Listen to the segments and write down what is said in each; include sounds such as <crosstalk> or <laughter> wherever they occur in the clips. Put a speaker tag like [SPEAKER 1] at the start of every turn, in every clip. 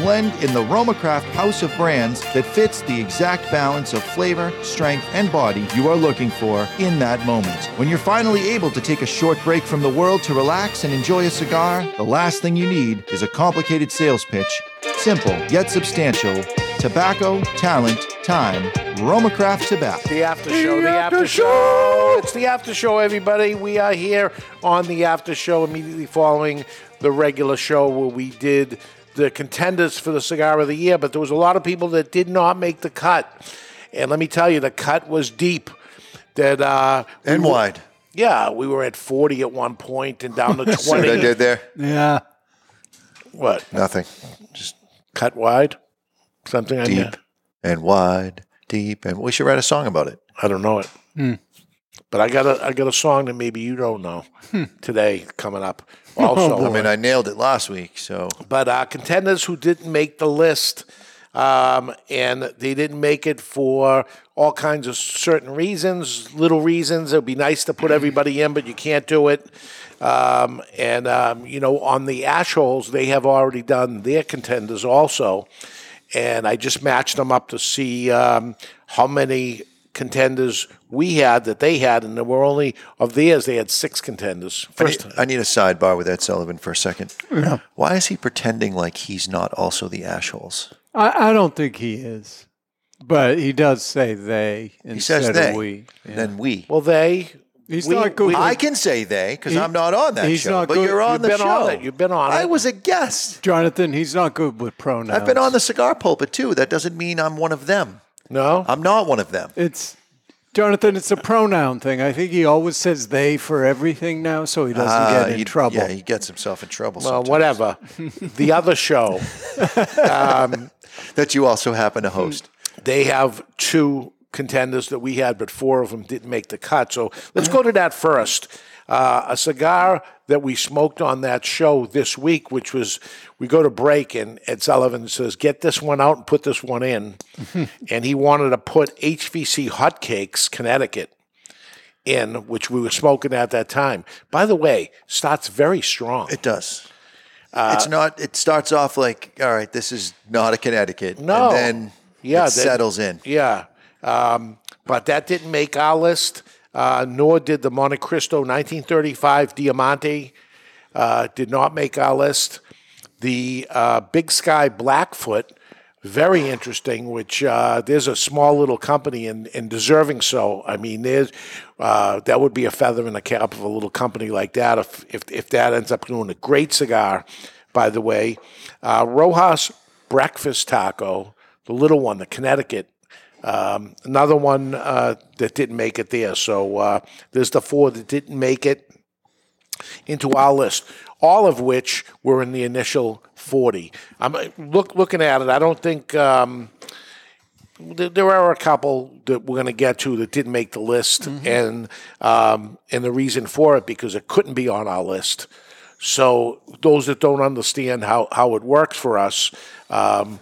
[SPEAKER 1] blend in the Romacraft House of Brands that fits the exact balance of flavor, strength, and body you are looking for in that moment. When you're finally able to take a short break from the world to relax and enjoy a cigar, the last thing you need is a complicated sales pitch. Simple yet substantial. Tobacco, talent, time. Romacraft Tobacco.
[SPEAKER 2] The after show. The, after, show. It's the after show, everybody. We are here on the after show immediately following the regular show where we did the contenders for the cigar of the year, but there was a lot of people that did not make the cut. And let me tell you, the cut was deep. That uh, we
[SPEAKER 3] and
[SPEAKER 2] were-
[SPEAKER 3] wide.
[SPEAKER 2] Yeah, we were at forty at one point and down to twenty.
[SPEAKER 3] See what I did there?
[SPEAKER 4] Yeah.
[SPEAKER 2] What
[SPEAKER 3] Nothing. Just
[SPEAKER 2] cut wide? Something I
[SPEAKER 3] deep
[SPEAKER 2] did.
[SPEAKER 3] and wide, deep, and we should write a song about it.
[SPEAKER 2] I don't know it. But I got a I got a song that maybe you don't know today coming up. Also,
[SPEAKER 3] I mean, I nailed it last week, so
[SPEAKER 2] but uh, contenders who didn't make the list um, and they didn't make it for all kinds of certain reasons, little reasons. It would be nice to put everybody in, but you can't do it. Um, and, um, you know, on the ash holes, they have already done their contenders also. And I just matched them up to see um, how many contenders we had that they had. And there were only, of theirs, they had six contenders.
[SPEAKER 3] I
[SPEAKER 2] First
[SPEAKER 3] need, I need a sidebar with Ed Sullivan for a second. Why is he pretending like he's not also the assholes?
[SPEAKER 4] I, I don't think he is, but he does say they instead
[SPEAKER 3] He says
[SPEAKER 4] of
[SPEAKER 3] they,
[SPEAKER 4] we.
[SPEAKER 3] and then we.
[SPEAKER 2] Well, they.
[SPEAKER 4] He's
[SPEAKER 2] We-
[SPEAKER 4] not good.
[SPEAKER 2] we-
[SPEAKER 4] with-
[SPEAKER 3] I can say they because
[SPEAKER 4] He-
[SPEAKER 3] I'm not on that
[SPEAKER 4] he's
[SPEAKER 3] show,
[SPEAKER 4] not
[SPEAKER 3] but
[SPEAKER 4] good-
[SPEAKER 3] you're on
[SPEAKER 2] You've
[SPEAKER 3] the
[SPEAKER 2] been on
[SPEAKER 3] show.
[SPEAKER 2] it. You've been on
[SPEAKER 3] I
[SPEAKER 2] it.
[SPEAKER 3] was a guest.
[SPEAKER 4] Jonathan, he's not good with pronouns.
[SPEAKER 3] I've been on the cigar pulpit too. That doesn't mean I'm one of them.
[SPEAKER 2] No?
[SPEAKER 3] I'm not one of them.
[SPEAKER 4] It's Jonathan. It's a pronoun thing. I think he always says they for everything now, so he doesn't
[SPEAKER 3] Uh,
[SPEAKER 4] get in
[SPEAKER 3] he-
[SPEAKER 4] trouble.
[SPEAKER 3] Yeah, he gets himself in trouble.
[SPEAKER 2] Well,
[SPEAKER 3] sometimes.
[SPEAKER 2] whatever. the other show,
[SPEAKER 3] That you also happen to host.
[SPEAKER 2] they have two contenders that we had, but four of them didn't make the cut. So let's go to that first. Uh, a cigar that we smoked on that show this week, which was we go to break, and Ed Sullivan says, Get this one out and put this one in. and he wanted to put HVC Hotcakes, Connecticut. In which we were smoking at that time. By the way, starts very strong.
[SPEAKER 3] It does.
[SPEAKER 2] Uh,
[SPEAKER 3] it's not. It starts off like, all right, this is not a Connecticut.
[SPEAKER 2] No.
[SPEAKER 3] and then
[SPEAKER 2] Yeah,
[SPEAKER 3] it
[SPEAKER 2] that-
[SPEAKER 3] settles in.
[SPEAKER 2] Yeah. Um, but that didn't make our list, uh, nor did the Monte Cristo 1935 Diamante. Uh, did not make our list. The uh, Big Sky Blackfoot, very interesting, which uh, there's a small little company and, and deserving so. I mean, there's, uh, that would be a feather in the cap of a little company like that if, if, if that ends up doing a great cigar, by the way. Uh, Rojas Breakfast Taco, the little one, the Connecticut. Um, another one uh, that didn't make it there. So uh, there's the four that didn't make it into our list, all of which were in the initial 40. I'm uh, look looking at it. I don't think um, th- there are a couple that we're going to get to that didn't make the list, and um, and the reason for it because it couldn't be on our list. So those that don't understand how how it works for us. Um,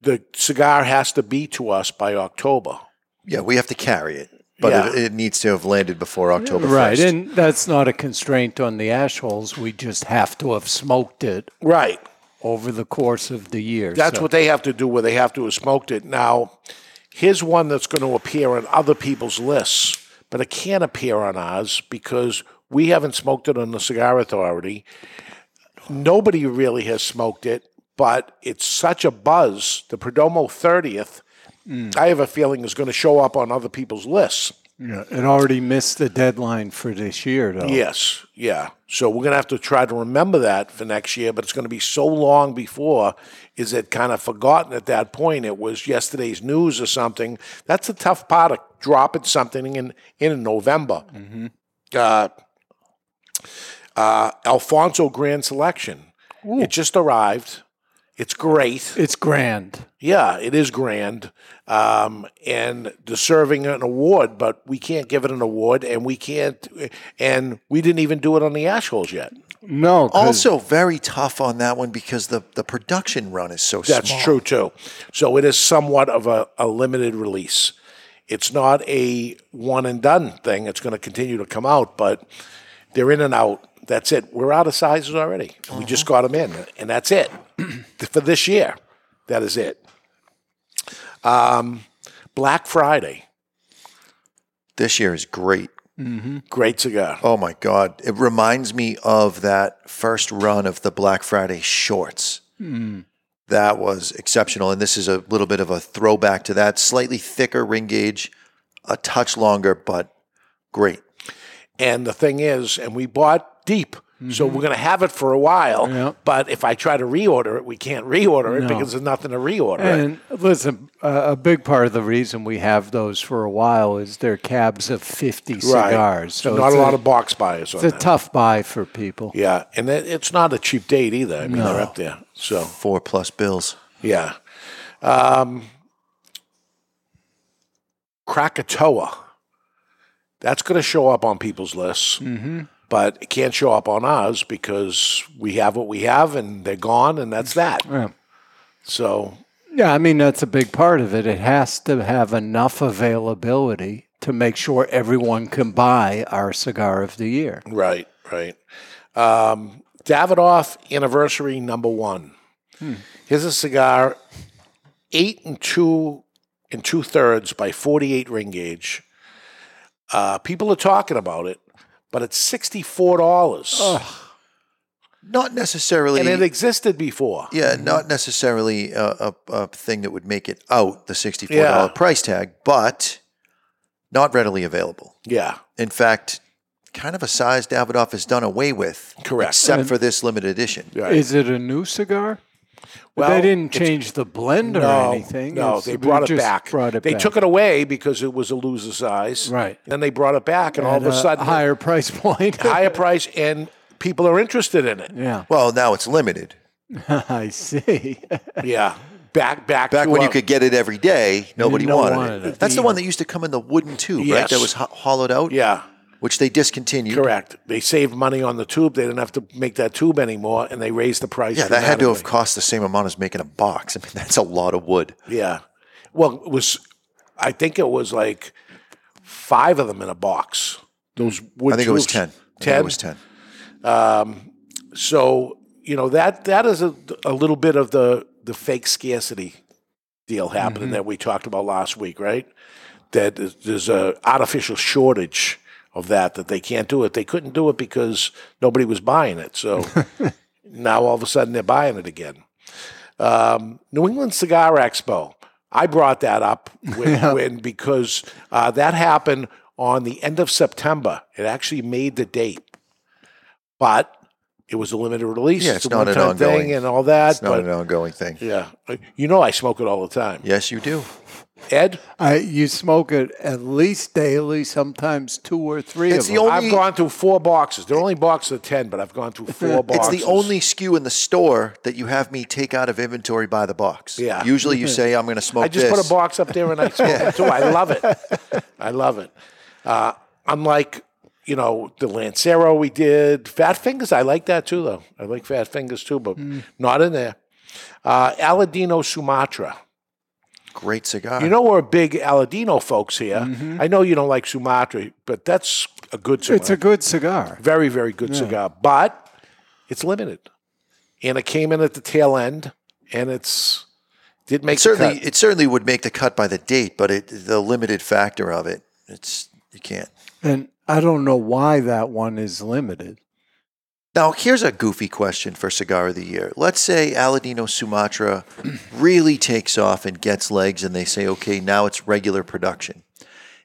[SPEAKER 2] the cigar has to be to us by October.
[SPEAKER 3] Yeah, we have to carry it, but it,
[SPEAKER 2] Yeah.
[SPEAKER 3] it needs to have landed before October.
[SPEAKER 4] Right,
[SPEAKER 3] 1st.
[SPEAKER 4] and that's not a constraint on the ash holes. We just have to have smoked it
[SPEAKER 2] Right.
[SPEAKER 4] over the course of the year.
[SPEAKER 2] That's
[SPEAKER 4] so-
[SPEAKER 2] what they have to do. Where they have to have smoked it. Now, here's one that's going to appear on other people's lists, but it can't appear on ours because we haven't smoked it on the Cigar Authority. Nobody really has smoked it, but it's such a buzz. The Perdomo 30th, I have a feeling is going to show up on other people's lists.
[SPEAKER 4] Yeah, it already missed the deadline for this year, though.
[SPEAKER 2] Yes, yeah. So we're gonna have to try to remember that for next year, but it's gonna be so long before is it kind of forgotten at that point? It was yesterday's news or something. That's a tough part of dropping something in in November. Uh, uh, Alfonso Grand Selection. It just arrived. It's great.
[SPEAKER 4] It's grand.
[SPEAKER 2] Yeah, it is grand um, and deserving an award, but we can't give it an award, and we can't, and we didn't even do it on the assholes yet.
[SPEAKER 4] No, 'cause-
[SPEAKER 3] Also, very tough on that one because the, the production run is so
[SPEAKER 2] That's
[SPEAKER 3] small.
[SPEAKER 2] true too. So it is somewhat of a, a limited release. It's not a one and done thing. It's going to continue to come out, but they're in and out. That's it. We're out of sizes already. We just got them in, and that's it for this year. That is it. Um, Black Friday,
[SPEAKER 3] This year is great.
[SPEAKER 2] great cigar.
[SPEAKER 3] Oh my God. It reminds me of that first run of the Black Friday shorts.
[SPEAKER 2] Hmm.
[SPEAKER 3] That was exceptional. And this is a little bit of a throwback to that. Slightly thicker ring gauge, a touch longer, but great.
[SPEAKER 2] And the thing is, and we bought deep. So
[SPEAKER 4] Mm-hmm.
[SPEAKER 2] we're going to have it for a while,
[SPEAKER 4] Yeah.
[SPEAKER 2] but if I try to reorder it, we can't reorder it
[SPEAKER 4] No.
[SPEAKER 2] because there's nothing to reorder. it.
[SPEAKER 4] And listen, uh, a big part of the reason we have those for a while is they're cabs of 50 cigars. So,
[SPEAKER 2] not
[SPEAKER 4] it's
[SPEAKER 2] a lot of box buyers on
[SPEAKER 4] It's a
[SPEAKER 2] that.
[SPEAKER 4] tough buy for people.
[SPEAKER 2] yeah, and it, it's not a cheap date either. I mean, they're up there. So
[SPEAKER 3] Four plus bills.
[SPEAKER 2] yeah, um, Krakatoa. That's going to show up on people's lists,
[SPEAKER 4] Mm-hmm.
[SPEAKER 2] but it can't show up on ours because we have what we have, and they're gone, and that's that.
[SPEAKER 4] Yeah.
[SPEAKER 2] So
[SPEAKER 4] Yeah, I mean that's a big part of it. It has to have enough availability to make sure everyone can buy our cigar of the year.
[SPEAKER 2] Right, right. Um, Davidoff anniversary number one.
[SPEAKER 4] Hmm.
[SPEAKER 2] Here's a cigar, eight and two and two thirds by 48 ring gauge. Uh, people are talking about it, but it's $64.
[SPEAKER 3] Not necessarily.
[SPEAKER 2] and it existed before.
[SPEAKER 3] yeah, not necessarily a, a, a thing that would make it out the $64
[SPEAKER 2] Yeah.
[SPEAKER 3] price tag, but not readily available.
[SPEAKER 2] Yeah,
[SPEAKER 3] in fact, kind of a size Davidoff has done away with,
[SPEAKER 2] Correct.
[SPEAKER 3] Except for this limited edition.
[SPEAKER 2] right.
[SPEAKER 4] Is it a new cigar?
[SPEAKER 2] Well,
[SPEAKER 4] they didn't
[SPEAKER 2] it's-
[SPEAKER 4] change the blend or
[SPEAKER 2] no,
[SPEAKER 4] anything.
[SPEAKER 2] No,
[SPEAKER 4] It's-
[SPEAKER 2] they
[SPEAKER 4] we
[SPEAKER 2] brought it
[SPEAKER 4] just
[SPEAKER 2] back.
[SPEAKER 4] Brought it
[SPEAKER 2] they
[SPEAKER 4] back.
[SPEAKER 2] took it away because it was a loser size.
[SPEAKER 4] Right.
[SPEAKER 2] Then they brought it back, and, all of
[SPEAKER 4] At
[SPEAKER 2] a sudden,
[SPEAKER 4] higher
[SPEAKER 2] <laughs>
[SPEAKER 4] price point.
[SPEAKER 2] higher price, and people are interested in it.
[SPEAKER 4] <laughs> yeah, <laughs>
[SPEAKER 3] Well, now it's limited.
[SPEAKER 4] I see.
[SPEAKER 2] Yeah. Back back
[SPEAKER 3] Back
[SPEAKER 2] to
[SPEAKER 3] when
[SPEAKER 2] a-
[SPEAKER 3] you could get it every day, nobody
[SPEAKER 4] No
[SPEAKER 3] wanted,
[SPEAKER 4] wanted
[SPEAKER 3] it.
[SPEAKER 4] it.
[SPEAKER 3] That's the one that used to come in the wooden tube, right?
[SPEAKER 2] Yes.
[SPEAKER 3] That was ho- hollowed out,
[SPEAKER 2] Yeah.
[SPEAKER 3] which they discontinued.
[SPEAKER 2] Correct. They saved money on the tube. They didn't have to make that tube anymore and they raised the price.
[SPEAKER 3] Yeah, that had to have
[SPEAKER 2] dramatically.
[SPEAKER 3] cost the same amount as making a box. <laughs> I mean, that's a lot of wood.
[SPEAKER 2] Yeah. Well, it was I think it was like five of them in a box. Those wood
[SPEAKER 3] I think it was
[SPEAKER 2] tubes.
[SPEAKER 3] 10. I think
[SPEAKER 2] 10?
[SPEAKER 3] It was 10.
[SPEAKER 2] So, you know, that that is a, a little bit of the the fake scarcity deal
[SPEAKER 3] Mm-hmm.
[SPEAKER 2] happening that we talked about last week, right? That is- there's a artificial shortage of that that they can't do it. They couldn't do it because nobody was buying it.
[SPEAKER 3] <laughs>
[SPEAKER 2] So now all of a sudden they're buying it again. Um, New England Cigar Expo. I brought that up
[SPEAKER 3] <laughs>
[SPEAKER 2] when, when because uh, that happened on the end of September. It actually made the date, but it was a limited release.
[SPEAKER 3] Yeah, it's not an
[SPEAKER 2] one-time
[SPEAKER 3] ongoing-
[SPEAKER 2] thing and all that.
[SPEAKER 3] It's not
[SPEAKER 2] but
[SPEAKER 3] an ongoing thing.
[SPEAKER 2] yeah, you know I smoke it all the time.
[SPEAKER 3] Yes, you do.
[SPEAKER 2] Ed,
[SPEAKER 4] I, you smoke it at least daily, sometimes two or three.
[SPEAKER 3] It's the
[SPEAKER 4] of them.
[SPEAKER 3] only-
[SPEAKER 2] I've gone through four boxes. They're only boxes of ten, but I've gone through four
[SPEAKER 3] It's
[SPEAKER 2] boxes.
[SPEAKER 3] the only skew in the store that you have me take out of inventory by the box.
[SPEAKER 2] Yeah.
[SPEAKER 3] Usually you say, I'm going to smoke
[SPEAKER 2] I just
[SPEAKER 3] this.
[SPEAKER 2] put a box up there and
[SPEAKER 3] <laughs>
[SPEAKER 2] I smoke it too. I love it. I love it. Uh, unlike you know the Lancero we did, Fat Fingers. I like that too, though. I like Fat Fingers too, but
[SPEAKER 3] Mm.
[SPEAKER 2] not in there. Uh, Aladino Sumatra.
[SPEAKER 3] Great cigar.
[SPEAKER 2] You know we're big Aladino folks here.
[SPEAKER 3] Mm-hmm.
[SPEAKER 2] I know you don't like Sumatra, but that's a good cigar.
[SPEAKER 4] It's a good cigar.
[SPEAKER 2] very very good cigar, but it's limited, and it came in at the tail end, and it's did make
[SPEAKER 3] It
[SPEAKER 2] the
[SPEAKER 3] certainly,
[SPEAKER 2] cut.
[SPEAKER 3] it certainly would make the cut by the date, but it the limited factor of it, it's you can't.
[SPEAKER 4] And I don't know why that one is limited.
[SPEAKER 3] Now, here's a goofy question for cigar of the year. Let's say
[SPEAKER 2] <clears throat>
[SPEAKER 3] Aladino Sumatra really takes off and gets legs, and they say, okay, now it's regular production.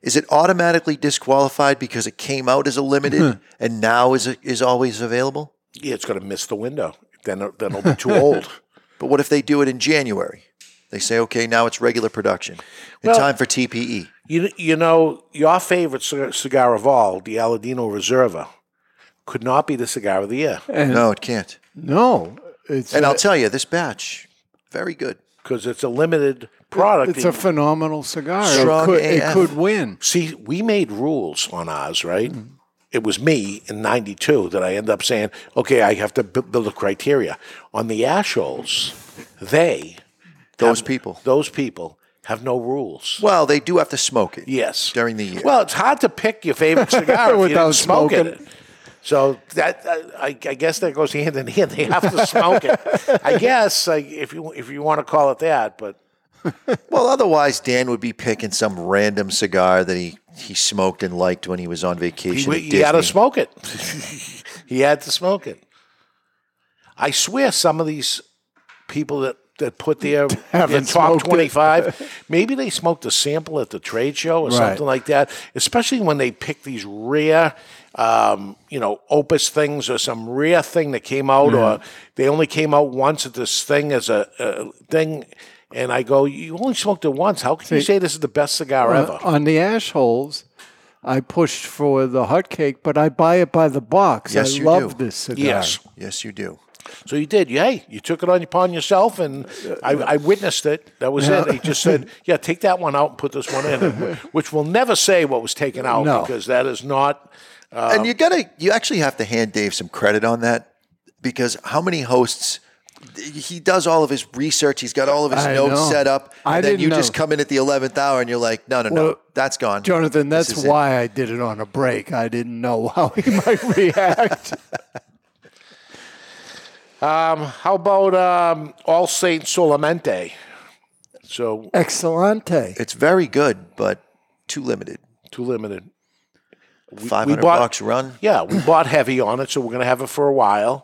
[SPEAKER 3] Is it automatically disqualified because it came out as a limited
[SPEAKER 2] Mm-hmm.
[SPEAKER 3] and now is is always available?
[SPEAKER 2] Yeah, it's going to miss the window. Then, it- then it'll be too <laughs> old.
[SPEAKER 3] But what if they do it in January? They say, okay, now it's regular production in
[SPEAKER 2] Well-
[SPEAKER 3] time for E." TPE.
[SPEAKER 2] You, you know, your favorite cigar, cigar of all, the Aladino Reserva, could not be the cigar of the year
[SPEAKER 3] No, it can't.
[SPEAKER 4] No, it's
[SPEAKER 3] And
[SPEAKER 4] a,
[SPEAKER 3] I'll tell you, this batch, very good.
[SPEAKER 2] because it's a limited product.
[SPEAKER 4] it's a phenomenal cigar. It
[SPEAKER 3] Strong
[SPEAKER 4] could- it
[SPEAKER 3] AF.
[SPEAKER 4] could win.
[SPEAKER 2] See, we made rules on ours, right?
[SPEAKER 3] Mm.
[SPEAKER 2] It was me in 92 that I end up saying, okay, I have to bu- build a criteria. On the Ashholes, they,
[SPEAKER 3] Those people.
[SPEAKER 2] those people, have no rules.
[SPEAKER 3] Well, they do have to smoke it.
[SPEAKER 2] Yes.
[SPEAKER 3] During the year.
[SPEAKER 2] Well, it's hard to pick your favorite cigar if you
[SPEAKER 4] Without
[SPEAKER 2] didn't smoke it.
[SPEAKER 4] smoking.
[SPEAKER 2] So that uh, I, I guess that goes hand in hand. They have to smoke it. I guess like, if you if you want to call it that, but
[SPEAKER 3] Well, otherwise, Dan would be picking some random cigar that he, he smoked and liked when he was on
[SPEAKER 2] he,
[SPEAKER 3] vacation. at
[SPEAKER 2] he had to
[SPEAKER 3] Disney.
[SPEAKER 2] smoke it. <laughs> he had to smoke it. I swear, some of these people that that put
[SPEAKER 4] <laughs>
[SPEAKER 2] their, their
[SPEAKER 4] Haven't
[SPEAKER 2] top
[SPEAKER 4] smoked it.
[SPEAKER 2] twenty five, maybe they smoked a sample at the trade show or
[SPEAKER 4] Right.
[SPEAKER 2] something like that. Especially when they pick these rare, um, you know, opus things or some rare thing that came out, or they only came out once at this thing as a, a thing. And I go, you only smoked it once. How can you say this is the best cigar
[SPEAKER 4] Uh,
[SPEAKER 2] ever?
[SPEAKER 4] on the ash holes, I pushed for the hot cake, but I buy it by the box.
[SPEAKER 3] Yes,
[SPEAKER 4] I
[SPEAKER 3] you
[SPEAKER 4] love
[SPEAKER 3] do.
[SPEAKER 4] this cigar.
[SPEAKER 2] yes.
[SPEAKER 3] Yes, you do.
[SPEAKER 2] So you did. You- Hey, you took it on upon yourself, and I, I witnessed it. That was it. He just
[SPEAKER 4] <laughs>
[SPEAKER 2] said, "Yeah, take that one out and put this one in," which will never say what was taken out
[SPEAKER 4] No.
[SPEAKER 2] because that is not.
[SPEAKER 4] Um,
[SPEAKER 3] and you gotta, you actually have to hand Dave some credit on that because how many hosts? He does all of his research. He's got all of his
[SPEAKER 4] I
[SPEAKER 3] notes
[SPEAKER 4] know.
[SPEAKER 3] set up, and
[SPEAKER 4] I
[SPEAKER 3] then
[SPEAKER 4] didn't
[SPEAKER 3] you just
[SPEAKER 4] know.
[SPEAKER 3] come in at the eleventh hour, and you're like, "No, no, no,
[SPEAKER 4] Well,
[SPEAKER 3] that's gone."
[SPEAKER 4] Jonathan,
[SPEAKER 3] This
[SPEAKER 4] that's
[SPEAKER 3] is it.
[SPEAKER 4] why I did it on a break. I didn't know <laughs> how he might
[SPEAKER 3] <laughs>
[SPEAKER 4] react.
[SPEAKER 2] How about um, All Saints Solamente? So
[SPEAKER 4] Excellente.
[SPEAKER 3] It's very good, but too limited.
[SPEAKER 2] too limited.
[SPEAKER 3] Five hundred
[SPEAKER 2] bought-
[SPEAKER 3] bucks run.
[SPEAKER 2] Yeah,
[SPEAKER 4] <clears throat>
[SPEAKER 2] we bought heavy on it, so we're going to have it for a while.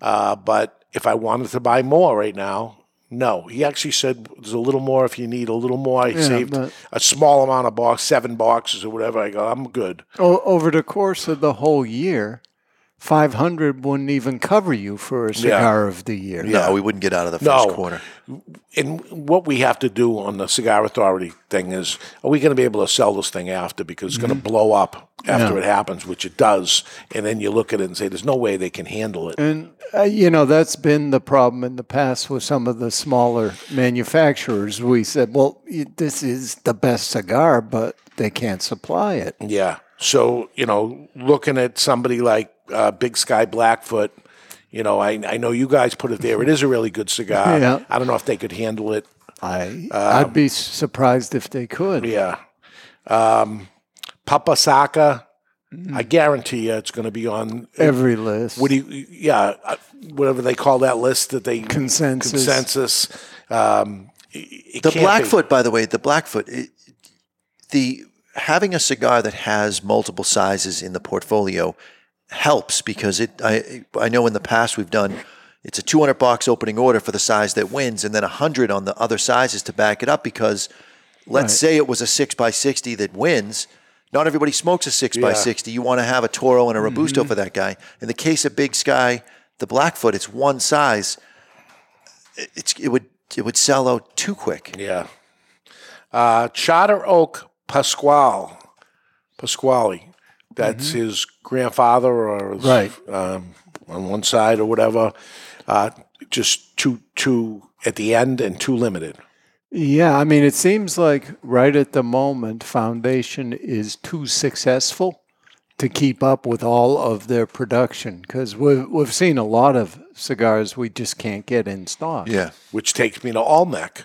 [SPEAKER 2] Uh, but if I wanted to buy more right now, no. He actually said there's a little more if you need a little more. I saved
[SPEAKER 4] but-
[SPEAKER 2] a small amount of box, seven boxes or whatever. I go, I'm good.
[SPEAKER 4] O- over the course of the whole year, 500 wouldn't even cover you for a cigar of the year.
[SPEAKER 3] No, we wouldn't get out of the
[SPEAKER 2] No.
[SPEAKER 3] first quarter.
[SPEAKER 2] And what we have to do on the cigar authority thing is, are we going to be able to sell this thing after? Because it's
[SPEAKER 4] Mm-hmm.
[SPEAKER 2] going to blow up after it happens, which it does. And then you look at it and say, there's no way they can handle it.
[SPEAKER 4] And, uh, you know, that's been the problem in the past with some of the smaller manufacturers. We said, well, y- this is the best cigar, but they can't supply it.
[SPEAKER 2] Yeah. So, you know, looking at somebody like uh, Big Sky Blackfoot, you know, I, I know you guys put it there. It is a really good cigar.
[SPEAKER 4] <laughs> Yeah.
[SPEAKER 2] I don't know if they could handle it.
[SPEAKER 4] I, I'd be surprised if they could.
[SPEAKER 2] um, Yeah. Um, Papa Saka,
[SPEAKER 4] Mm-hmm.
[SPEAKER 2] I guarantee you it's going to be on.
[SPEAKER 4] Every list.
[SPEAKER 2] What do you, yeah, uh, whatever they call that list that they
[SPEAKER 4] Consensus.
[SPEAKER 2] consensus. Um, it- it
[SPEAKER 3] The
[SPEAKER 2] can't be.
[SPEAKER 3] Blackfoot, by the way, the Blackfoot, it, the having a cigar that has multiple sizes in the portfolio helps because it. I I know in the past we've done. It's a 200 box opening order for the size that wins, and then 100 on the other sizes to back it up. Because let's say it was a six by 60 that wins. Not everybody smokes a six by 60. You want to have a Toro and a Robusto
[SPEAKER 2] Mm-hmm.
[SPEAKER 3] for that guy. In the case of Big Sky, the Blackfoot, it's one size. It's, it would it would sell out too quick.
[SPEAKER 2] Yeah. Uh, Charter Oak Pasquale. Pasquale. That's his grandfather or his,
[SPEAKER 4] Mm-hmm. Right.
[SPEAKER 2] um, on one side or whatever. Uh, just two, two at the end and too limited.
[SPEAKER 4] Yeah, I mean, it seems like right at the moment, Foundation is too successful to keep up with all of their production because we've, we've seen a lot of cigars we just can't get in stock.
[SPEAKER 3] Yeah.
[SPEAKER 2] Which takes me to Almec,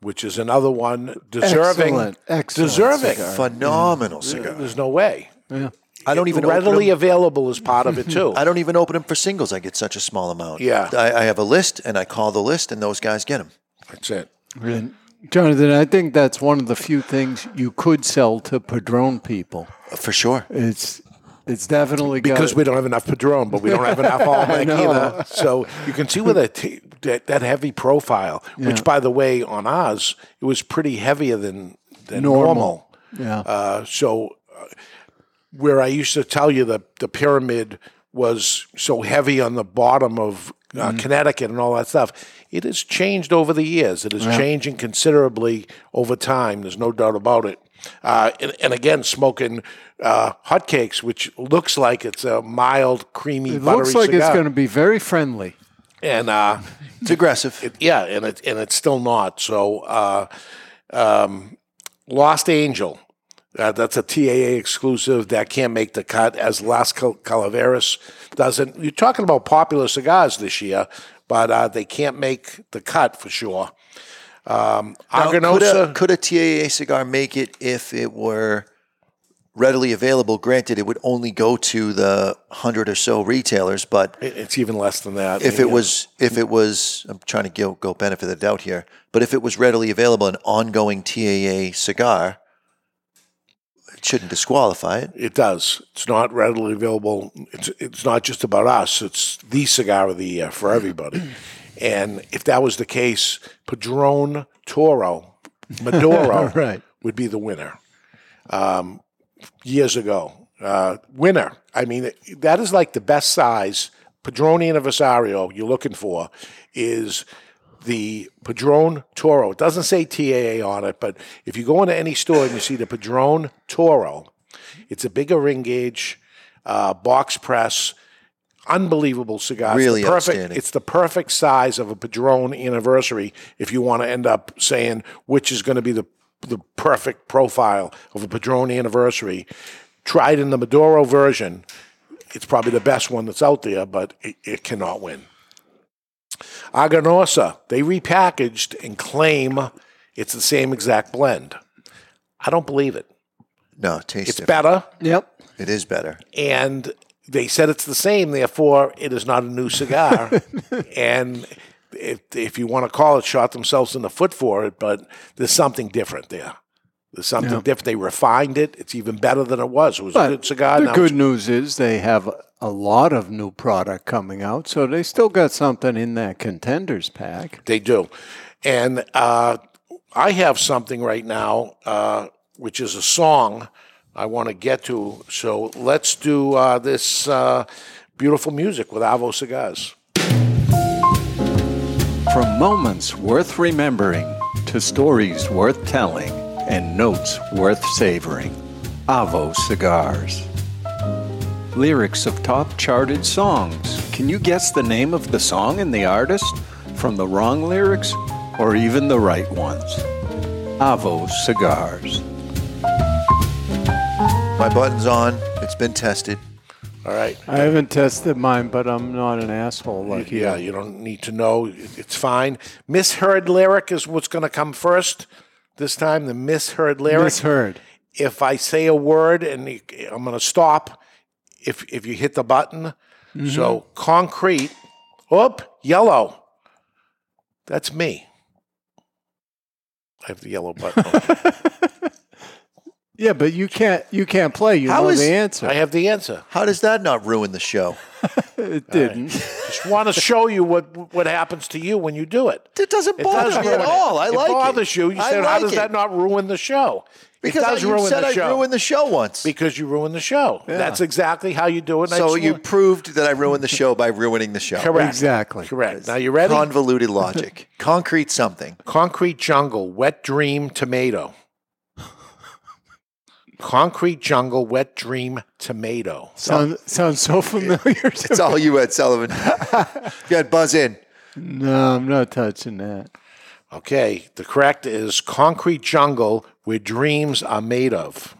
[SPEAKER 2] which is another one deserving.
[SPEAKER 4] Excellent, excellent
[SPEAKER 2] deserving.
[SPEAKER 4] cigar.
[SPEAKER 3] Phenomenal cigar.
[SPEAKER 2] There's no way.
[SPEAKER 3] Mm. I don't even
[SPEAKER 2] Readily
[SPEAKER 3] Open them,
[SPEAKER 2] available is part
[SPEAKER 4] <laughs>
[SPEAKER 2] of it too.
[SPEAKER 3] I don't even open them for singles. I get such a small amount.
[SPEAKER 2] Yeah.
[SPEAKER 3] I, I have a list and I call the list and those guys get them.
[SPEAKER 2] That's it.
[SPEAKER 4] And Jonathan, I think that's one of the few things you could sell to Padron people.
[SPEAKER 3] Uh, For sure.
[SPEAKER 4] It's it's definitely
[SPEAKER 2] Because
[SPEAKER 4] got,
[SPEAKER 2] we don't have enough Padron, but we don't have enough
[SPEAKER 4] <laughs>
[SPEAKER 2] Almec either. So you can see with that, t- that, that heavy profile, which, by the way, on ours, it was pretty heavier than, than normal.
[SPEAKER 4] Normal. Yeah.
[SPEAKER 2] Uh, so uh, where I used to tell you the the pyramid was so heavy on the bottom of uh,
[SPEAKER 4] Mm-hmm.
[SPEAKER 2] Connecticut and all that stuff, it has changed over the years. It is changing considerably over time. There's no doubt about it. Uh, and, and again, smoking uh, hotcakes, which looks like it's a mild, creamy,
[SPEAKER 4] It
[SPEAKER 2] buttery
[SPEAKER 4] looks like
[SPEAKER 2] cigar.
[SPEAKER 4] it's going to be very friendly.
[SPEAKER 2] and uh,
[SPEAKER 3] It's aggressive.
[SPEAKER 2] it- yeah, and it and it's still not. So, uh, um, Lost Angel, uh, that's a TAA exclusive that can't make the cut as Las Cal- Calaveras doesn't. You're talking about popular cigars this year, but uh, they can't make the cut for sure. Um,
[SPEAKER 3] Now, could, a,
[SPEAKER 2] Arganosa,
[SPEAKER 3] could a TAA cigar make it if it were readily available? Granted, it would only go to the hundred or so retailers, but
[SPEAKER 2] it- it's even less than that.
[SPEAKER 3] if it was if it was I'm trying to go, go benefit of the doubt here, but if it was readily available, an ongoing TAA cigar, it shouldn't disqualify it.
[SPEAKER 2] It does. It's not readily available. It's it's not just about us. It's the cigar of the year for everybody. and if that was the case, Padron Toro Maduro
[SPEAKER 4] Right.
[SPEAKER 2] would be the winner. Um, years ago, uh, winner. I mean, that is like the best size Padron Anniversario you're looking for is the Padron Toro. It doesn't say TAA on it, but if you go into any store and you see the Padron Toro, it's a bigger ring gauge, uh, box press, unbelievable cigar. It's the
[SPEAKER 3] Really
[SPEAKER 2] perfect,
[SPEAKER 3] outstanding.
[SPEAKER 2] It's the perfect size of a Padron anniversary if you want to end up saying which is going to be the the perfect profile of a Padron anniversary. Tried in the Maduro version, it's probably the best one that's out there, but it, it cannot win. Aganosa, they repackaged and claim it's the same exact blend. I don't believe it.
[SPEAKER 3] No, it tastes
[SPEAKER 2] It's
[SPEAKER 3] different.
[SPEAKER 2] better,
[SPEAKER 4] Yep.
[SPEAKER 3] It is better.
[SPEAKER 2] and they said it's the same. Therefore, it is not a new
[SPEAKER 4] <laughs>
[SPEAKER 2] cigar. and if if you want to call it, shot themselves in the foot for it. But there's something different there. There's something different. They refined it. It's even better than it was. It was
[SPEAKER 4] But
[SPEAKER 2] a good cigar.
[SPEAKER 4] The
[SPEAKER 2] now
[SPEAKER 4] good news is they have a lot of new product coming out, so they still got something in that contenders pack.
[SPEAKER 2] They do. And uh, I have something right now, uh, which is a song I want to get to. So let's do uh, this uh, beautiful music with Avo Cigars.
[SPEAKER 5] From moments worth remembering to stories worth telling and notes worth savoring, Avo Cigars. Lyrics of top charted songs. Can you guess the name of the song and the artist from the wrong lyrics or even the right ones? Avo Cigars.
[SPEAKER 3] My button's on. It's been tested.
[SPEAKER 2] All right.
[SPEAKER 4] I haven't tested mine, but I'm not an asshole like you.
[SPEAKER 2] Yeah, you don't need to know. It- It's fine. Misheard lyric is what's going to come first. This time, the misheard lyric.
[SPEAKER 4] Misheard.
[SPEAKER 2] if I say a word and you- I'm going to stop if if you hit the button. So concrete, oop, yellow. That's me. I have the yellow button. <laughs>
[SPEAKER 4] Yeah, but you can't. You can't play. You
[SPEAKER 3] How
[SPEAKER 4] know
[SPEAKER 3] is-
[SPEAKER 4] the answer.
[SPEAKER 2] I have the answer.
[SPEAKER 3] How does that not ruin the show?
[SPEAKER 4] it didn't.
[SPEAKER 2] Just want to show you what what happens to you when you do it.
[SPEAKER 3] It doesn't
[SPEAKER 2] It
[SPEAKER 3] bother
[SPEAKER 2] does
[SPEAKER 3] me
[SPEAKER 2] ruin
[SPEAKER 3] at
[SPEAKER 2] it.
[SPEAKER 3] all. I
[SPEAKER 2] it
[SPEAKER 3] like
[SPEAKER 2] bothers
[SPEAKER 3] it.
[SPEAKER 2] you. You
[SPEAKER 3] I
[SPEAKER 2] said, "How
[SPEAKER 3] like
[SPEAKER 2] does
[SPEAKER 3] it.
[SPEAKER 2] that not ruin the show?"
[SPEAKER 3] Because
[SPEAKER 2] it does
[SPEAKER 3] I, you
[SPEAKER 2] ruin
[SPEAKER 3] said
[SPEAKER 2] the
[SPEAKER 3] I
[SPEAKER 2] show.
[SPEAKER 3] ruined the show once.
[SPEAKER 2] because you ruined the show. That's exactly how you do it. and I
[SPEAKER 3] so
[SPEAKER 2] just
[SPEAKER 3] you <laughs>
[SPEAKER 2] want-
[SPEAKER 3] proved that I ruined the show by ruining the
[SPEAKER 2] <laughs>
[SPEAKER 3] show.
[SPEAKER 2] correct
[SPEAKER 4] Exactly.
[SPEAKER 2] correct. Now you ready?
[SPEAKER 3] Convoluted logic. <laughs> Concrete something.
[SPEAKER 2] Concrete Jungle, Wet Dream Tomato. Concrete Jungle, Wet Dream Tomato.
[SPEAKER 4] Sound, sounds so familiar. To
[SPEAKER 3] It's all you had, <laughs> Sullivan. you had buzz in.
[SPEAKER 4] No, I'm not touching that.
[SPEAKER 2] Okay, the correct is Concrete Jungle, where dreams are made of.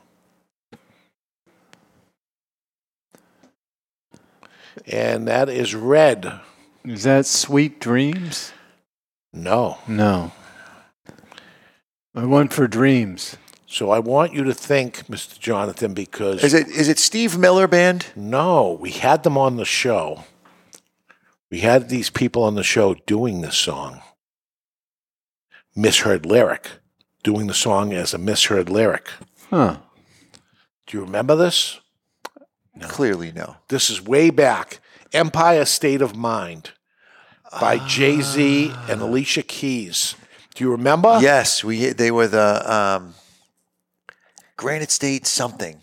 [SPEAKER 2] And that is red.
[SPEAKER 4] Is that sweet dreams?
[SPEAKER 2] No.
[SPEAKER 4] No. I went for dreams.
[SPEAKER 2] So I want you to think, Mr. Jonathan, because
[SPEAKER 3] Is it is it Steve Miller Band?
[SPEAKER 2] No, we had them on the show. We had these people on the show doing this song. Misheard lyric, doing the song as a misheard lyric.
[SPEAKER 4] Huh.
[SPEAKER 2] Do you remember this?
[SPEAKER 3] Clearly no.
[SPEAKER 2] This is way back. Empire State of Mind by Jay Z
[SPEAKER 3] Ah.
[SPEAKER 2] and Alicia
[SPEAKER 3] Uh.
[SPEAKER 2] Keys. Do you remember?
[SPEAKER 3] Yes, we they were the um, Granite State something.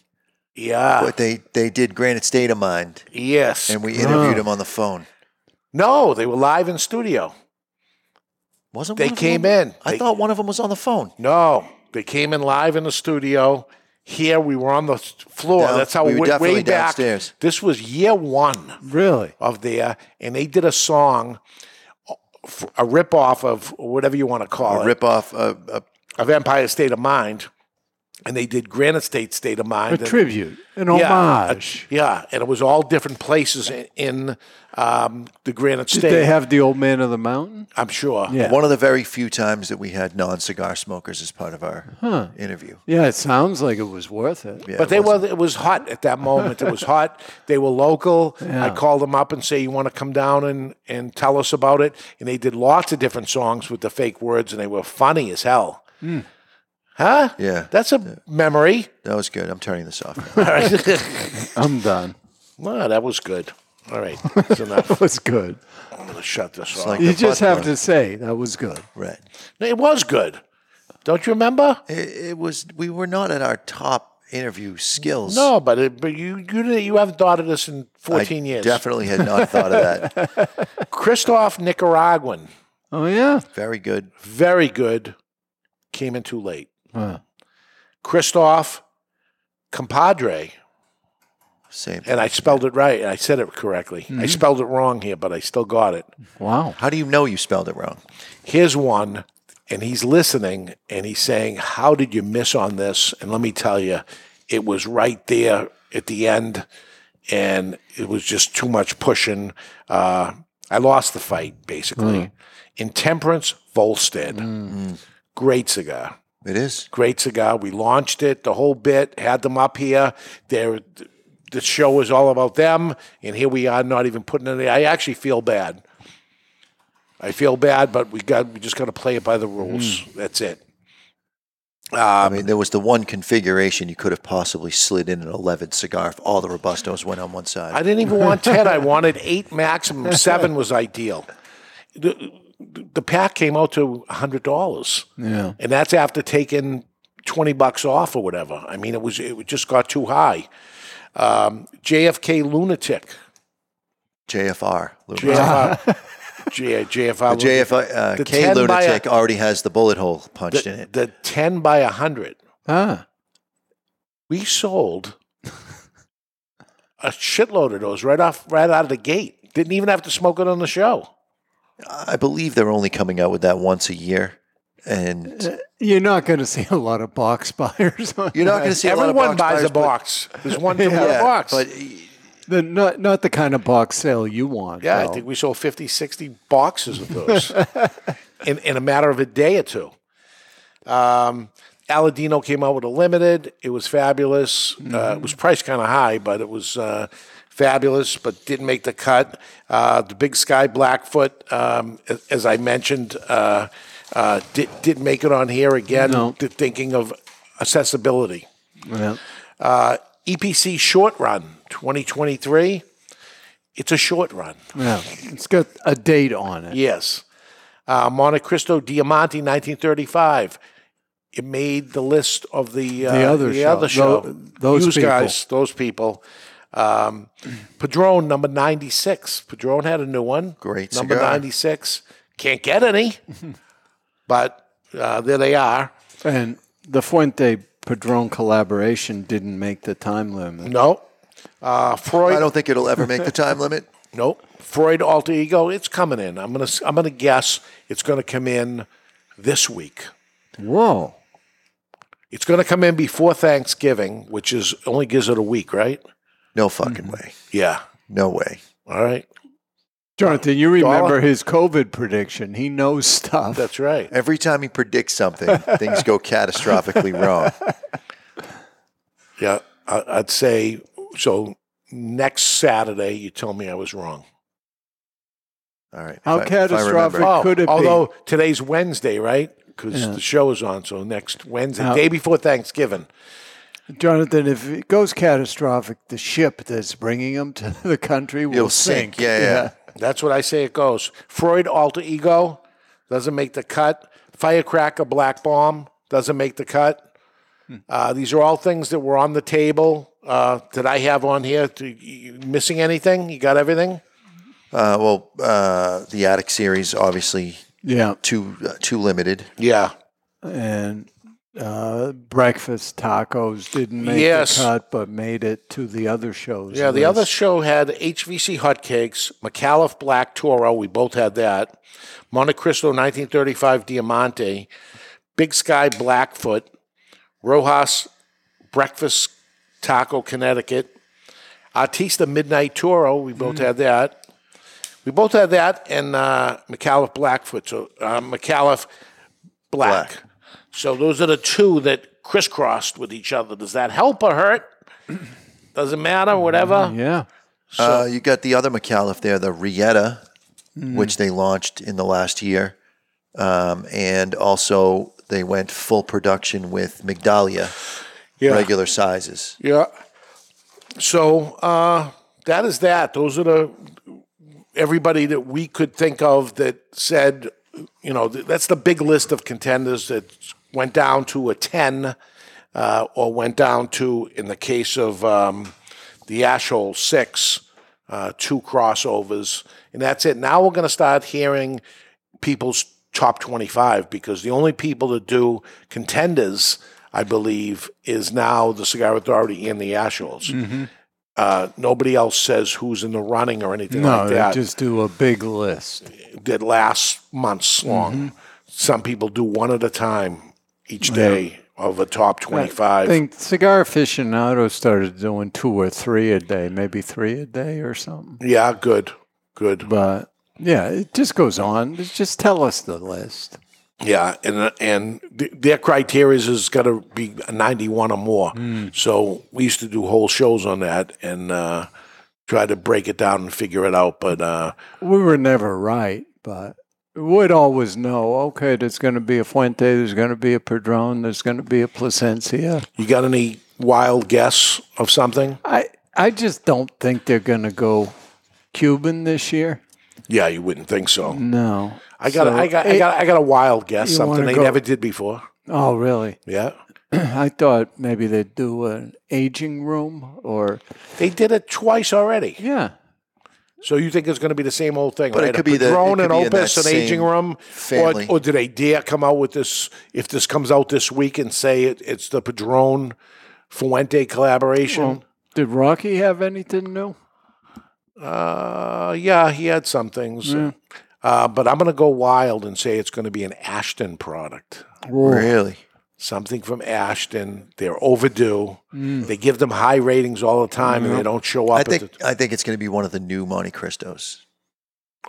[SPEAKER 2] Yeah.
[SPEAKER 3] But they they did Granite State of Mind,
[SPEAKER 2] yes.
[SPEAKER 3] and we interviewed him on the phone.
[SPEAKER 2] no, they were live in studio.
[SPEAKER 3] Wasn't
[SPEAKER 2] They
[SPEAKER 3] one of
[SPEAKER 2] came
[SPEAKER 3] them-
[SPEAKER 2] in.
[SPEAKER 3] I
[SPEAKER 2] They-
[SPEAKER 3] thought one of them was on the phone.
[SPEAKER 2] No, they came in live in the studio. Here we were on the s- floor.
[SPEAKER 3] Down-
[SPEAKER 2] That's how
[SPEAKER 3] we
[SPEAKER 2] we
[SPEAKER 3] were
[SPEAKER 2] went way
[SPEAKER 3] definitely
[SPEAKER 2] back.
[SPEAKER 3] downstairs.
[SPEAKER 2] This was year one
[SPEAKER 4] Really?
[SPEAKER 2] of there, and they did a song, f- a rip off of whatever you want to call
[SPEAKER 3] A
[SPEAKER 2] it,
[SPEAKER 3] rip off a, a
[SPEAKER 2] of Empire State of Mind, and they did Granite State State of Mind.
[SPEAKER 4] A
[SPEAKER 2] and-
[SPEAKER 4] tribute, an
[SPEAKER 2] yeah, a-
[SPEAKER 4] homage.
[SPEAKER 2] yeah, and it was all different places in, in um, the Granite
[SPEAKER 4] Did
[SPEAKER 2] State.
[SPEAKER 4] they have the old man of the mountain?
[SPEAKER 2] I'm sure.
[SPEAKER 4] Yeah.
[SPEAKER 3] one of the very few times that we had non-cigar smokers as part of our interview.
[SPEAKER 4] Yeah, it sounds like it was worth it.
[SPEAKER 3] Yeah,
[SPEAKER 2] but
[SPEAKER 3] it
[SPEAKER 2] they
[SPEAKER 3] was-
[SPEAKER 2] were it was hot at that moment it was
[SPEAKER 3] <laughs>
[SPEAKER 2] hot they were local i called them up and say you want to come down and, and tell us about it and they did lots of different songs with the fake words and they were funny as hell huh
[SPEAKER 3] Hmm. Yeah.
[SPEAKER 2] that's a memory
[SPEAKER 3] that was good. I'm turning this <laughs> off. now.
[SPEAKER 2] all right
[SPEAKER 4] I'm done. <laughs>
[SPEAKER 2] well, that was good all right that's enough
[SPEAKER 3] <laughs>
[SPEAKER 4] That was good.
[SPEAKER 2] i'm gonna shut this off
[SPEAKER 3] like-
[SPEAKER 4] You
[SPEAKER 3] The
[SPEAKER 4] just
[SPEAKER 3] butt
[SPEAKER 4] have
[SPEAKER 3] plug.
[SPEAKER 4] to say that was good.
[SPEAKER 3] right.
[SPEAKER 2] it was good don't you remember
[SPEAKER 3] It, it was. We were not at our top interview skills.
[SPEAKER 2] no but it, but you you didn't- you haven't thought of this in 14
[SPEAKER 3] I
[SPEAKER 2] years
[SPEAKER 3] Definitely had not thought of
[SPEAKER 2] <laughs>
[SPEAKER 3] that.
[SPEAKER 2] christoph nicaraguan
[SPEAKER 4] Oh yeah.
[SPEAKER 3] Very good.
[SPEAKER 2] very good came in too late
[SPEAKER 4] Huh.
[SPEAKER 2] Christoph Compadre,
[SPEAKER 3] Same.
[SPEAKER 2] and I spelled it right. and I said it correctly. I spelled it wrong here, but I still got it.
[SPEAKER 4] Wow.
[SPEAKER 3] How do you know you spelled it wrong?
[SPEAKER 2] Here's one, and he's listening and he's saying, How did you miss on this? And let me tell you, it was right there at the end, and it was just too much pushing. Uh, I lost the fight, basically. Intemperance Volstead. Great cigar.
[SPEAKER 3] It is.
[SPEAKER 2] great cigar. We launched it, the whole bit, had them up here. They're, the show was all about them, and here we are, not even putting any. I actually feel bad. I feel bad, but we got we just got to play it by the rules. That's it.
[SPEAKER 3] I mean, there was the one configuration you could have possibly slid in an 11 cigar if all the robustos went on one side.
[SPEAKER 2] I didn't even want ten. I wanted eight maximum. Seven was ideal. The, the pack came out to hundred dollars.
[SPEAKER 4] Yeah.
[SPEAKER 2] and that's after taking 20 bucks off or whatever i mean it was it just got too high um, jfk lunatic
[SPEAKER 3] JFR.
[SPEAKER 2] <laughs>
[SPEAKER 3] Lou-
[SPEAKER 2] jfr J- jfr
[SPEAKER 3] The JFR uh,
[SPEAKER 2] The
[SPEAKER 3] K
[SPEAKER 2] 10 by a-
[SPEAKER 3] lunatic already has the bullet hole punched in
[SPEAKER 2] the,
[SPEAKER 3] it.
[SPEAKER 2] the 10 by 100
[SPEAKER 4] Ah.
[SPEAKER 2] we sold a shitload of those right off right out of the gate didn't even have to smoke it on the show
[SPEAKER 3] I believe they're only coming out with that once a year,
[SPEAKER 2] Uh,
[SPEAKER 3] and
[SPEAKER 4] You're not going to see a lot of box <laughs> buyers. on
[SPEAKER 3] you're not
[SPEAKER 4] that.
[SPEAKER 3] going to see
[SPEAKER 2] everyone
[SPEAKER 3] a lot of box
[SPEAKER 2] buys
[SPEAKER 3] buyers,
[SPEAKER 2] a
[SPEAKER 3] but-
[SPEAKER 2] box there's
[SPEAKER 3] <laughs>
[SPEAKER 2] one to
[SPEAKER 3] Yeah,
[SPEAKER 2] a box
[SPEAKER 3] But
[SPEAKER 4] The, not not the kind of box sale you want.
[SPEAKER 2] yeah i
[SPEAKER 4] though.
[SPEAKER 2] think we sold 50 60 boxes of those in, in a matter of a day or two Um, Aladino came out with a limited. It was fabulous. Uh, it was priced kind of high, but it was uh, fabulous, but didn't make the cut. Uh, the Big Sky Blackfoot, um, a- as I mentioned, uh, uh, did, didn't make it on here again,
[SPEAKER 4] No.
[SPEAKER 2] th- thinking of accessibility.
[SPEAKER 4] Yeah.
[SPEAKER 2] Uh, EPC Short Run 2023. It's a short run.
[SPEAKER 4] Yeah. It's got a date on it.
[SPEAKER 2] Yes. Uh, Monte Cristo Diamante, 1935. It made the list of the uh,
[SPEAKER 4] The other show. Tho-
[SPEAKER 2] show.
[SPEAKER 4] those
[SPEAKER 2] Those
[SPEAKER 4] people.
[SPEAKER 2] guys, those people. Um, Padron number 96. Padron had a new one.
[SPEAKER 3] Great
[SPEAKER 2] Number
[SPEAKER 3] cigar.
[SPEAKER 2] 96. Can't get any, but uh, there they are.
[SPEAKER 4] And the Fuente Padron collaboration didn't make the time limit.
[SPEAKER 2] No. Uh, Freud.
[SPEAKER 3] I don't think it'll ever make the time limit.
[SPEAKER 2] Nope. Freud alter ego. It's coming in. I'm gonna. s- I'm gonna guess it's gonna come in this week.
[SPEAKER 4] Whoa.
[SPEAKER 2] It's going to come in before Thanksgiving, which is only gives it a week, right?
[SPEAKER 3] No fucking
[SPEAKER 2] Mm-hmm.
[SPEAKER 3] way.
[SPEAKER 2] Yeah.
[SPEAKER 3] No way.
[SPEAKER 2] All right.
[SPEAKER 4] Jonathan, you remember
[SPEAKER 2] Dollar.
[SPEAKER 4] his COVID prediction. He knows stuff.
[SPEAKER 2] That's right.
[SPEAKER 3] Every time he predicts something,
[SPEAKER 2] <laughs>
[SPEAKER 3] things go catastrophically wrong.
[SPEAKER 2] Yeah. I, I'd say so. Next Saturday, you tell me I was wrong.
[SPEAKER 3] All right. if
[SPEAKER 4] How
[SPEAKER 3] I- if I remember.
[SPEAKER 4] catastrophic
[SPEAKER 2] Oh,
[SPEAKER 4] could it
[SPEAKER 2] although
[SPEAKER 4] be?
[SPEAKER 2] today's Wednesday, right? Because
[SPEAKER 4] Yeah.
[SPEAKER 2] the show is on. So next Wednesday,
[SPEAKER 4] Oh.
[SPEAKER 2] day before Thanksgiving.
[SPEAKER 4] <laughs> Jonathan, if it goes catastrophic, the ship that's bringing him to <laughs> the country will
[SPEAKER 3] It'll sink. Yeah, yeah.
[SPEAKER 2] That's what I say it goes. Freud alter ego doesn't make the cut. Firecracker black bomb doesn't make the cut. Uh, these are all things that were on the table uh, that I have on here. Do you- you missing anything? You got everything?
[SPEAKER 3] Uh, well, uh, the attic series obviously
[SPEAKER 4] Yeah.
[SPEAKER 3] too uh, too limited.
[SPEAKER 2] Yeah.
[SPEAKER 4] And uh, breakfast tacos didn't make
[SPEAKER 2] Yes.
[SPEAKER 4] the cut, but made it to the other shows.
[SPEAKER 2] Yeah, the
[SPEAKER 4] list.
[SPEAKER 2] other show had HVC Hotcakes, McAuliffe Black Toro. We both had that. Monte Cristo 1935 Diamante, Big Sky Blackfoot, Rojas Breakfast Taco Connecticut, Artista Midnight Toro. We both had that. We both had that and uh, McAuliffe Blackfoot. So uh, McAuliffe Black.
[SPEAKER 3] Black.
[SPEAKER 2] So those are the two that crisscrossed with each other. Does that help or hurt? Doesn't matter, whatever.
[SPEAKER 4] Yeah.
[SPEAKER 3] uh, you got the other McAuliffe there, the Rietta, which they launched in the last year, um, and also they went full production with Migdalia,
[SPEAKER 2] Yeah.
[SPEAKER 3] regular sizes.
[SPEAKER 2] Yeah. So uh, that is that. Those are the everybody that we could think of that said, you know, th- that's the big list of contenders that went down to a ten, uh, or went down to, in the case of um, the Ashole six, uh, two crossovers, and that's it. Now we're going to start hearing people's top 25 because the only people that do contenders, I believe, is now the Cigar Authority and the Ashholes.
[SPEAKER 4] Mm-hmm.
[SPEAKER 2] Uh, nobody else says who's in the running or anything
[SPEAKER 4] No,
[SPEAKER 2] like
[SPEAKER 4] they
[SPEAKER 2] that
[SPEAKER 4] just do a big list.
[SPEAKER 2] that lasts months long.
[SPEAKER 4] Mm-hmm.
[SPEAKER 2] Some people do one at a time each day of a top 25.
[SPEAKER 4] I think Cigar Aficionado started doing two or three a day, maybe three a day or something.
[SPEAKER 2] yeah, good. Good.
[SPEAKER 4] But yeah, it just goes on. It's Just tell us the list.
[SPEAKER 2] Yeah, and and th- their criteria is got to be a 91 or more.
[SPEAKER 4] Mm.
[SPEAKER 2] So we used to do whole shows on that and uh, try to break it down and figure it out. But uh,
[SPEAKER 4] We were never right, but we'd always know okay, there's going to be a Fuente, there's going to be a Padron, there's going to be a Placencia.
[SPEAKER 2] you got any wild guess of something?
[SPEAKER 4] I, I just don't think they're going to go Cuban this year.
[SPEAKER 2] Yeah, you wouldn't think so.
[SPEAKER 4] No.
[SPEAKER 2] I got, a
[SPEAKER 4] Mm. So,
[SPEAKER 2] I got, I
[SPEAKER 4] eh,
[SPEAKER 2] got, I got a wild guess.
[SPEAKER 4] You
[SPEAKER 2] Something
[SPEAKER 4] wanna
[SPEAKER 2] they
[SPEAKER 4] go-
[SPEAKER 2] never did before.
[SPEAKER 4] Oh, really? <clears throat>
[SPEAKER 2] Yeah,
[SPEAKER 4] I thought maybe they'd do an aging room or,
[SPEAKER 2] they did it twice already.
[SPEAKER 4] yeah.
[SPEAKER 2] So you think it's going to be the same old thing?
[SPEAKER 3] But it
[SPEAKER 2] right?
[SPEAKER 3] could
[SPEAKER 2] a
[SPEAKER 3] be the- it
[SPEAKER 2] Padron,
[SPEAKER 3] could
[SPEAKER 2] an
[SPEAKER 3] be in
[SPEAKER 2] Opus,
[SPEAKER 3] that
[SPEAKER 2] an aging
[SPEAKER 3] same
[SPEAKER 2] room,
[SPEAKER 3] family.
[SPEAKER 2] or, or do they dare come out with this? If this comes out this week and say it, it's the Padron Fuente collaboration,
[SPEAKER 4] Did Rocky have anything new?
[SPEAKER 2] uh, yeah, he had some things. Uh, but I'm going to go wild and say it's going to be an Ashton product.
[SPEAKER 3] Really?
[SPEAKER 2] Something from Ashton. They're overdue.
[SPEAKER 4] Mm.
[SPEAKER 2] They give them high ratings all the time, and they don't show up.
[SPEAKER 3] Mm-hmm. I
[SPEAKER 2] at
[SPEAKER 3] think
[SPEAKER 2] the-
[SPEAKER 3] I think it's going to be one of the new Monte Cristos.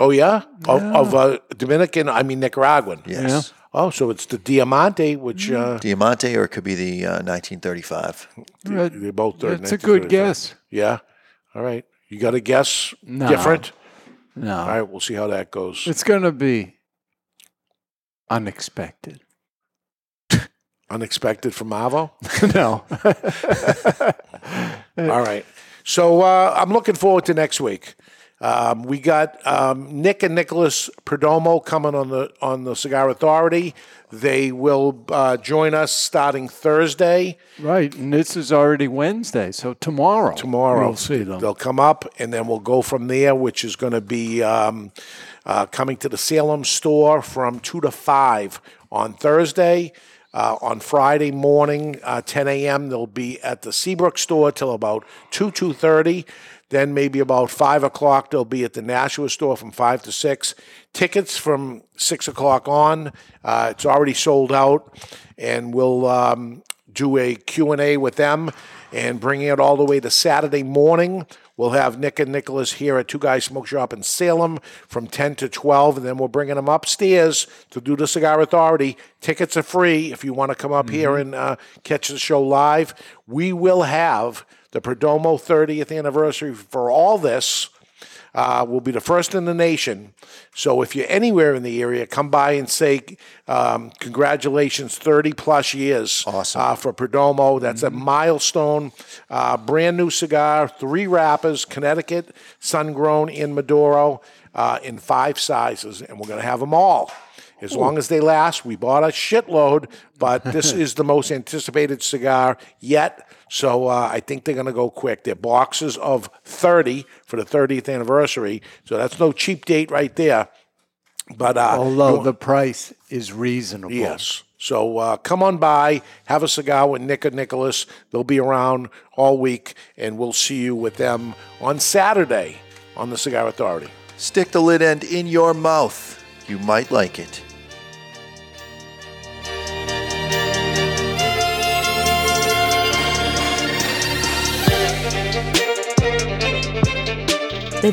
[SPEAKER 2] oh yeah, of, of uh, Dominican. I mean Nicaraguan.
[SPEAKER 3] Yes,
[SPEAKER 2] Oh, so it's the Diamante, which
[SPEAKER 3] Mm-hmm.
[SPEAKER 2] uh,
[SPEAKER 3] Diamante, or it could be the uh, 1935.
[SPEAKER 4] Right.
[SPEAKER 2] They both are.
[SPEAKER 4] That's a good
[SPEAKER 2] 1935.
[SPEAKER 4] guess.
[SPEAKER 2] Yeah. All right. You got a guess
[SPEAKER 4] No.
[SPEAKER 2] different?
[SPEAKER 4] No.
[SPEAKER 2] All right. We'll see how that goes.
[SPEAKER 4] It's going to be
[SPEAKER 2] <laughs>
[SPEAKER 4] unexpected.
[SPEAKER 2] Unexpected from Mavo.
[SPEAKER 4] no.
[SPEAKER 2] All right. So uh, I'm looking forward to next week. Um, we got um, Nick and Nicholas Perdomo coming on the on the Cigar Authority. They will uh, join us starting Thursday.
[SPEAKER 4] right. And this is already Wednesday. So tomorrow.
[SPEAKER 2] tomorrow.
[SPEAKER 4] We'll see them.
[SPEAKER 2] They'll come up, and then we'll go from there, which is going to be um, uh, coming to the Salem store from 2 to 5 on Thursday. Uh, on Friday morning, uh, 10 a.m., they'll be at the Seabrook store till about 2, 2.30. Then maybe about 5 o'clock, they'll be at the Nashua store from 5 to 6. Tickets from 6 o'clock on. Uh, it's already sold out, and we'll um, do a Q&A with them and bringing it all the way to Saturday morning. We'll have Nick and Nicholas here at Two Guys Smoke Shop in Salem from 10 to 12, and then we're bringing them upstairs to do the Cigar Authority. Tickets are free if you want to come up here and uh, catch the show live. We will have the Perdomo 30th anniversary for all this uh, will be the first in the nation. So if you're anywhere in the area, come by and say um, congratulations, 30 plus years
[SPEAKER 3] Awesome.
[SPEAKER 2] uh, for Perdomo. That's a milestone. Uh, brand new cigar, three wrappers, Connecticut, sun grown in Maduro uh, in five sizes, and we're going to have them all. As long as they last, we bought a shitload, but this is the most anticipated cigar yet. So uh, I think they're going to go quick. They're boxes of 30 for the 30th anniversary. So that's no cheap date right there. But uh,
[SPEAKER 4] Although the price is reasonable.
[SPEAKER 2] Yes. So uh, come on by, have a cigar with Nick and Nicholas. They'll be around all week, and we'll see you with them on Saturday on the Cigar Authority.
[SPEAKER 3] Stick the lid end in your mouth. You might like it.
[SPEAKER 6] The